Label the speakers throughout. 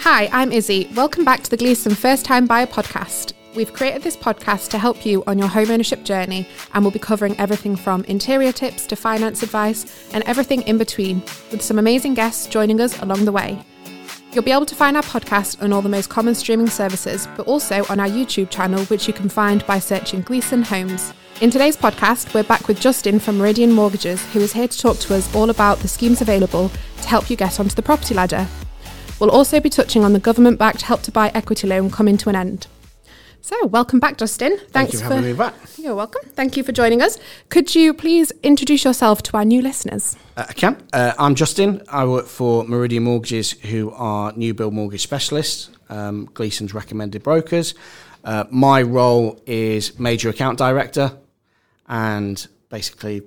Speaker 1: Hi, I'm Izzy. Welcome back to the Gleason First Time Buyer podcast. We've created this podcast to help you on your home ownership journey, and we'll be covering everything from interior tips to finance advice and everything in between, with some amazing guests joining us along the way. You'll be able to find our podcast on all the most common streaming services, but also on our YouTube channel, which you can find by searching Gleason Homes. In today's podcast, we're back with Justin from Meridian Mortgages, who is here to talk to us all about the schemes available to help you get onto the property ladder. We'll also be touching on the government backed Help to Buy equity loan coming to an end. So, welcome back, Justin.
Speaker 2: Thank
Speaker 1: Thanks
Speaker 2: you for having me back.
Speaker 1: You're welcome. Thank you for joining us. Could you please introduce yourself to our new listeners?
Speaker 2: Uh, I can. Uh, I'm Justin. I work for Meridian Mortgages, who are new build mortgage specialists, um, Gleason's recommended brokers. Uh, my role is major account director, and basically,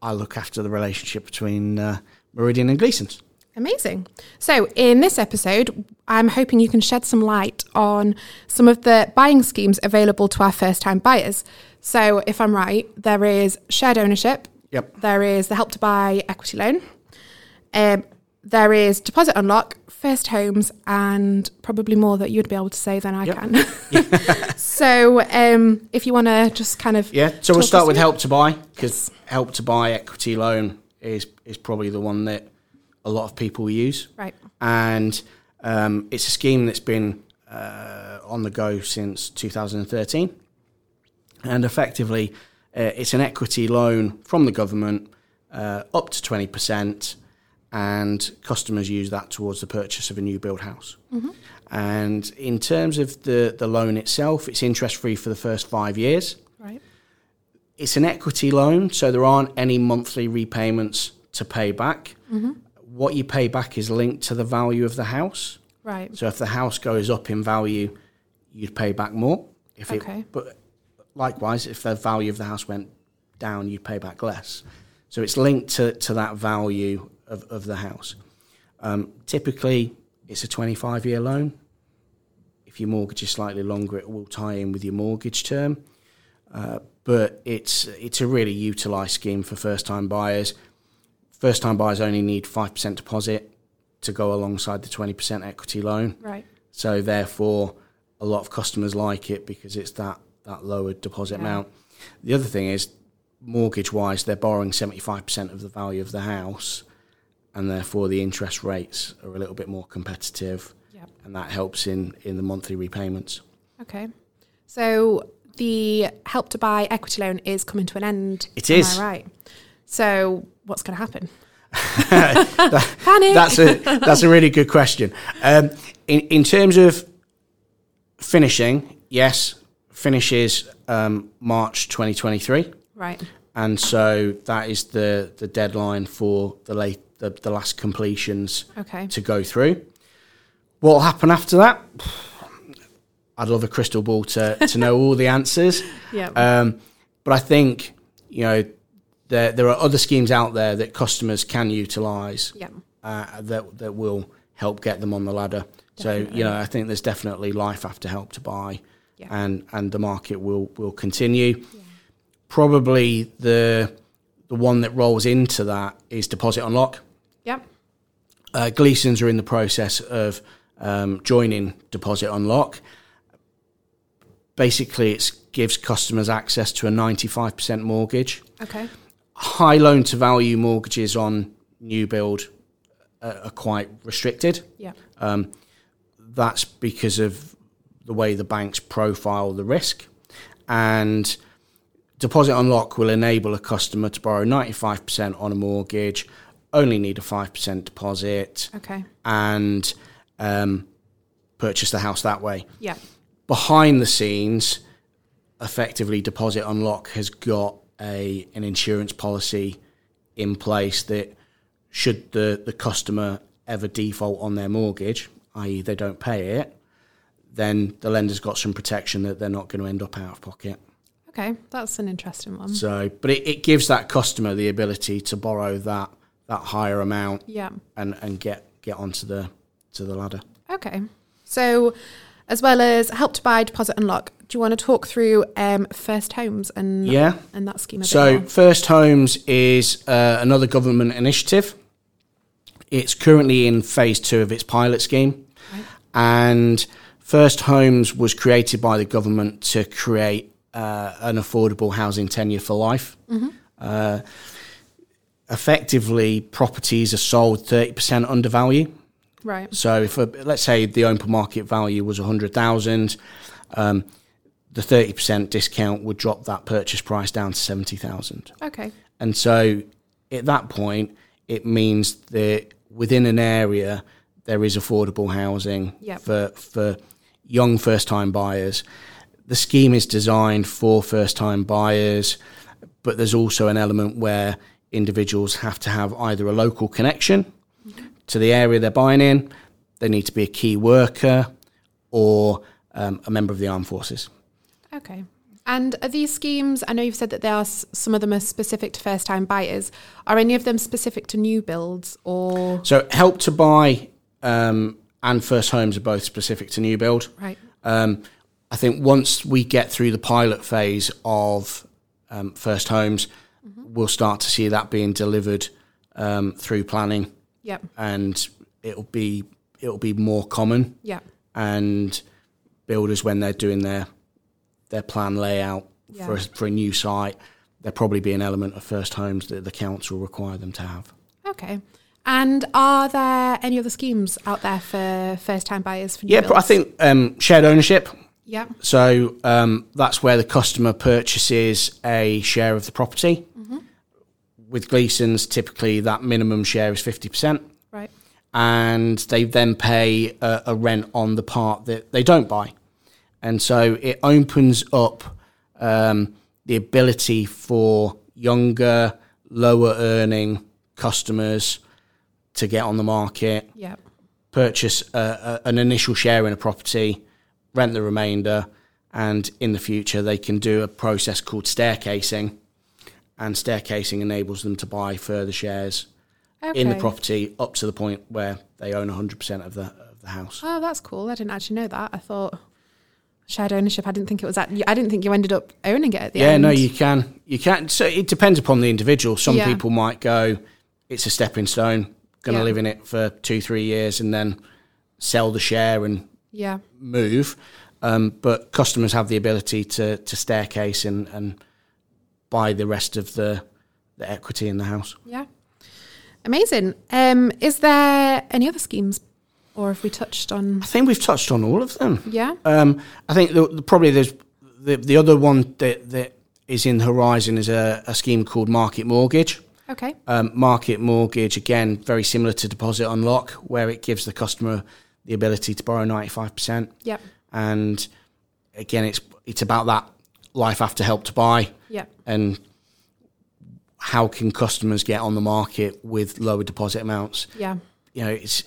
Speaker 2: I look after the relationship between uh, Meridian and Gleason's.
Speaker 1: Amazing. So, in this episode, I'm hoping you can shed some light on some of the buying schemes available to our first time buyers. So, if I'm right, there is shared ownership,
Speaker 2: Yep.
Speaker 1: there is the help to buy equity loan, um, there is deposit unlock, first homes, and probably more that you'd be able to say than I
Speaker 2: Yep.
Speaker 1: can. so, um, if you want to just kind of.
Speaker 2: Yeah. So we'll
Speaker 1: talk
Speaker 2: start
Speaker 1: us
Speaker 2: with
Speaker 1: through-
Speaker 2: help to buy because help to buy equity loan is is probably the one that a lot of people use.
Speaker 1: Right.
Speaker 2: and um, it's a scheme that's been uh, on the go since 2013. And effectively, uh, it's an equity loan from the government uh, up to 20%, and customers use that towards the purchase of a new build house. And in terms of the, the loan itself, it's interest free for the first five years
Speaker 1: Right.
Speaker 2: it's an equity loan, so there aren't any monthly repayments to pay back. What you pay back is linked to the value of the house.
Speaker 1: Right.
Speaker 2: So if the house goes up in value, you'd pay back more. If it,
Speaker 1: Okay.
Speaker 2: But likewise, if the value of the house went down, you'd pay back less. So it's linked to, to that value of, of the house. Um, typically, it's a 25 year loan. If your mortgage is slightly longer, it will tie in with your mortgage term. Uh, but it's, it's a really utilised scheme for first time buyers. First time buyers only need 5% deposit to go alongside the 20% equity loan.
Speaker 1: Right.
Speaker 2: So therefore, a lot of customers like it because it's that that lowered deposit
Speaker 1: Yeah.
Speaker 2: amount. The other thing is, mortgage wise, they're borrowing seventy five percent of the value of the house, and therefore the interest rates are a little bit more competitive,
Speaker 1: Yep.
Speaker 2: and that helps in in the monthly repayments.
Speaker 1: Okay. So the help to buy equity loan is coming to an end.
Speaker 2: It
Speaker 1: am I
Speaker 2: is.
Speaker 1: right. So what's going to happen? Panic.
Speaker 2: That's a that's a really good question. Um, in in terms of finishing, yes, finishes um, March twenty twenty three.
Speaker 1: right.
Speaker 2: and so that is the the deadline for the late the, the last completions
Speaker 1: Okay.
Speaker 2: to go through. What'll happen after that? I'd love a crystal ball to to know all the answers,
Speaker 1: Yeah.
Speaker 2: um, but I think you know there there are other schemes out there that customers can utilise
Speaker 1: yeah.
Speaker 2: uh, that that will help get them on the ladder. So
Speaker 1: Definitely.
Speaker 2: you know, I think there's definitely life after help to buy,
Speaker 1: Yeah.
Speaker 2: and and the market will will continue. Probably the the one that rolls into that is deposit unlock.
Speaker 1: Yeah.
Speaker 2: Uh, Gleason's are in the process of um, joining deposit unlock. Basically, it gives customers access to a 95% mortgage
Speaker 1: Okay.
Speaker 2: high loan to value mortgages on new build uh, are quite restricted.
Speaker 1: Yeah.
Speaker 2: Um, that's because of the way the banks profile the risk. And deposit unlock will enable a customer to borrow 95% on a mortgage, only need a 5% deposit,
Speaker 1: Okay.
Speaker 2: and um, purchase the house that way
Speaker 1: Yeah.
Speaker 2: behind the scenes, effectively Deposit Unlock has got a an insurance policy in place that should the, the customer ever default on their mortgage, i.e. they don't pay it, then the lender's got some protection that they're not going to end up out of pocket.
Speaker 1: Okay. That's an interesting one.
Speaker 2: So but it, it gives that customer the ability to borrow that that higher amount
Speaker 1: Yeah.
Speaker 2: and, and get, get onto the to the ladder.
Speaker 1: Okay. So as well as help to buy, deposit unlock, do you want to talk through um, first homes and
Speaker 2: Yeah.
Speaker 1: and that scheme a bit
Speaker 2: So,
Speaker 1: more?
Speaker 2: First Homes is uh, another government initiative. It's currently in phase two of its pilot scheme. And First Homes was created by the government to create uh, an affordable housing tenure for life. Uh, effectively, properties are sold 30% under value.
Speaker 1: Right.
Speaker 2: So if uh let's say the open market value was 100,000, um, the 30% discount would drop that purchase price down to 70,000.
Speaker 1: Okay.
Speaker 2: And so at that point, it means that within an area, there is affordable housing
Speaker 1: Yep.
Speaker 2: for, for young first time buyers. The scheme is designed for first time buyers, but there's also an element where individuals have to have either a local connection to the area they're buying in, they need to be a key worker, or um, a member of the armed forces.
Speaker 1: Okay. And are these schemes? I know you've said that they are s- some of them are specific to first-time buyers. Are any of them specific to new builds or
Speaker 2: So, help to buy um, and first homes are both specific to new build.
Speaker 1: right?
Speaker 2: Um, I think once we get through the pilot phase of um, first homes, we'll start to see that being delivered um, through planning,
Speaker 1: Yep.
Speaker 2: and it'll be it'll be more common.
Speaker 1: Yep.
Speaker 2: And builders, when they're doing their their plan layout
Speaker 1: Yeah.
Speaker 2: for a, for a new site, there'll probably be an element of first homes that the council require them to have.
Speaker 1: Okay. And are there any other schemes out there for first-time buyers for new
Speaker 2: Yeah,
Speaker 1: builds?
Speaker 2: but I think um, shared ownership.
Speaker 1: Yep.
Speaker 2: So um, that's where the customer purchases a share of the property. With Gleason's, typically that minimum share is 50%,
Speaker 1: Right.
Speaker 2: and they then pay a, a rent on the part that they don't buy. And so it opens up um, the ability for younger, lower earning customers to get on the market
Speaker 1: Yep.
Speaker 2: purchase a, a, an initial share in a property, rent the remainder, and in the future they can do a process called staircasing, and staircasing enables them to buy further shares
Speaker 1: Okay.
Speaker 2: in the property up to the point where they own 100% of the of the house.
Speaker 1: Oh, that's cool. I didn't actually know that. I thought shared ownership. I didn't think it was that. I didn't think you ended up owning it at the
Speaker 2: Yeah,
Speaker 1: end.
Speaker 2: no, you can, you can. So it depends upon the individual. Some
Speaker 1: Yeah.
Speaker 2: people might go, it's a stepping stone, going to
Speaker 1: Yeah.
Speaker 2: live in it for two, three years, and then sell the share and
Speaker 1: Yeah.
Speaker 2: move, um, but customers have the ability to to staircase and, and buy the rest of the the equity in the house.
Speaker 1: Yeah. Amazing. Um, is there any other schemes, or have we touched on?
Speaker 2: I think we've touched on all of them.
Speaker 1: Yeah.
Speaker 2: Um, I think the, the, probably there's the the other one that that is in the horizon is a, a scheme called Market Mortgage.
Speaker 1: Okay.
Speaker 2: Um, market Mortgage again, very similar to Deposit Unlock, where it gives the customer the ability to borrow ninety five percent,
Speaker 1: Yep.
Speaker 2: and again, it's it's about that life after help to buy.
Speaker 1: Yep.
Speaker 2: and how can customers get on the market with lower deposit amounts?
Speaker 1: Yeah.
Speaker 2: You know, it's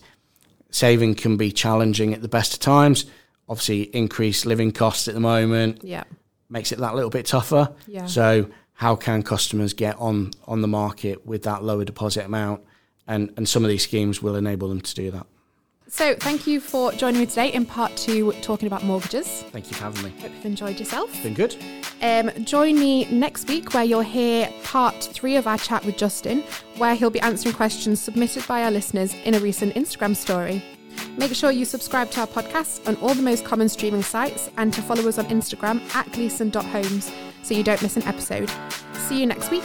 Speaker 2: saving can be challenging at the best of times. Obviously, increased living costs at the moment
Speaker 1: Yeah.
Speaker 2: makes it that little bit tougher.
Speaker 1: Yeah.
Speaker 2: So, how can customers get on on the market with that lower deposit amount? And and some of these schemes will enable them to do that.
Speaker 1: So, thank you for joining me today in part two, talking about mortgages.
Speaker 2: Thank you for having me.
Speaker 1: Hope you've enjoyed yourself.
Speaker 2: Been good.
Speaker 1: Um, join me next week where you'll hear part three of our chat with Justin, where he'll be answering questions submitted by our listeners in a recent Instagram story. Make sure you subscribe to our podcast on all the most common streaming sites and to follow us on Instagram at gleason.homes so you don't miss an episode. See you next week.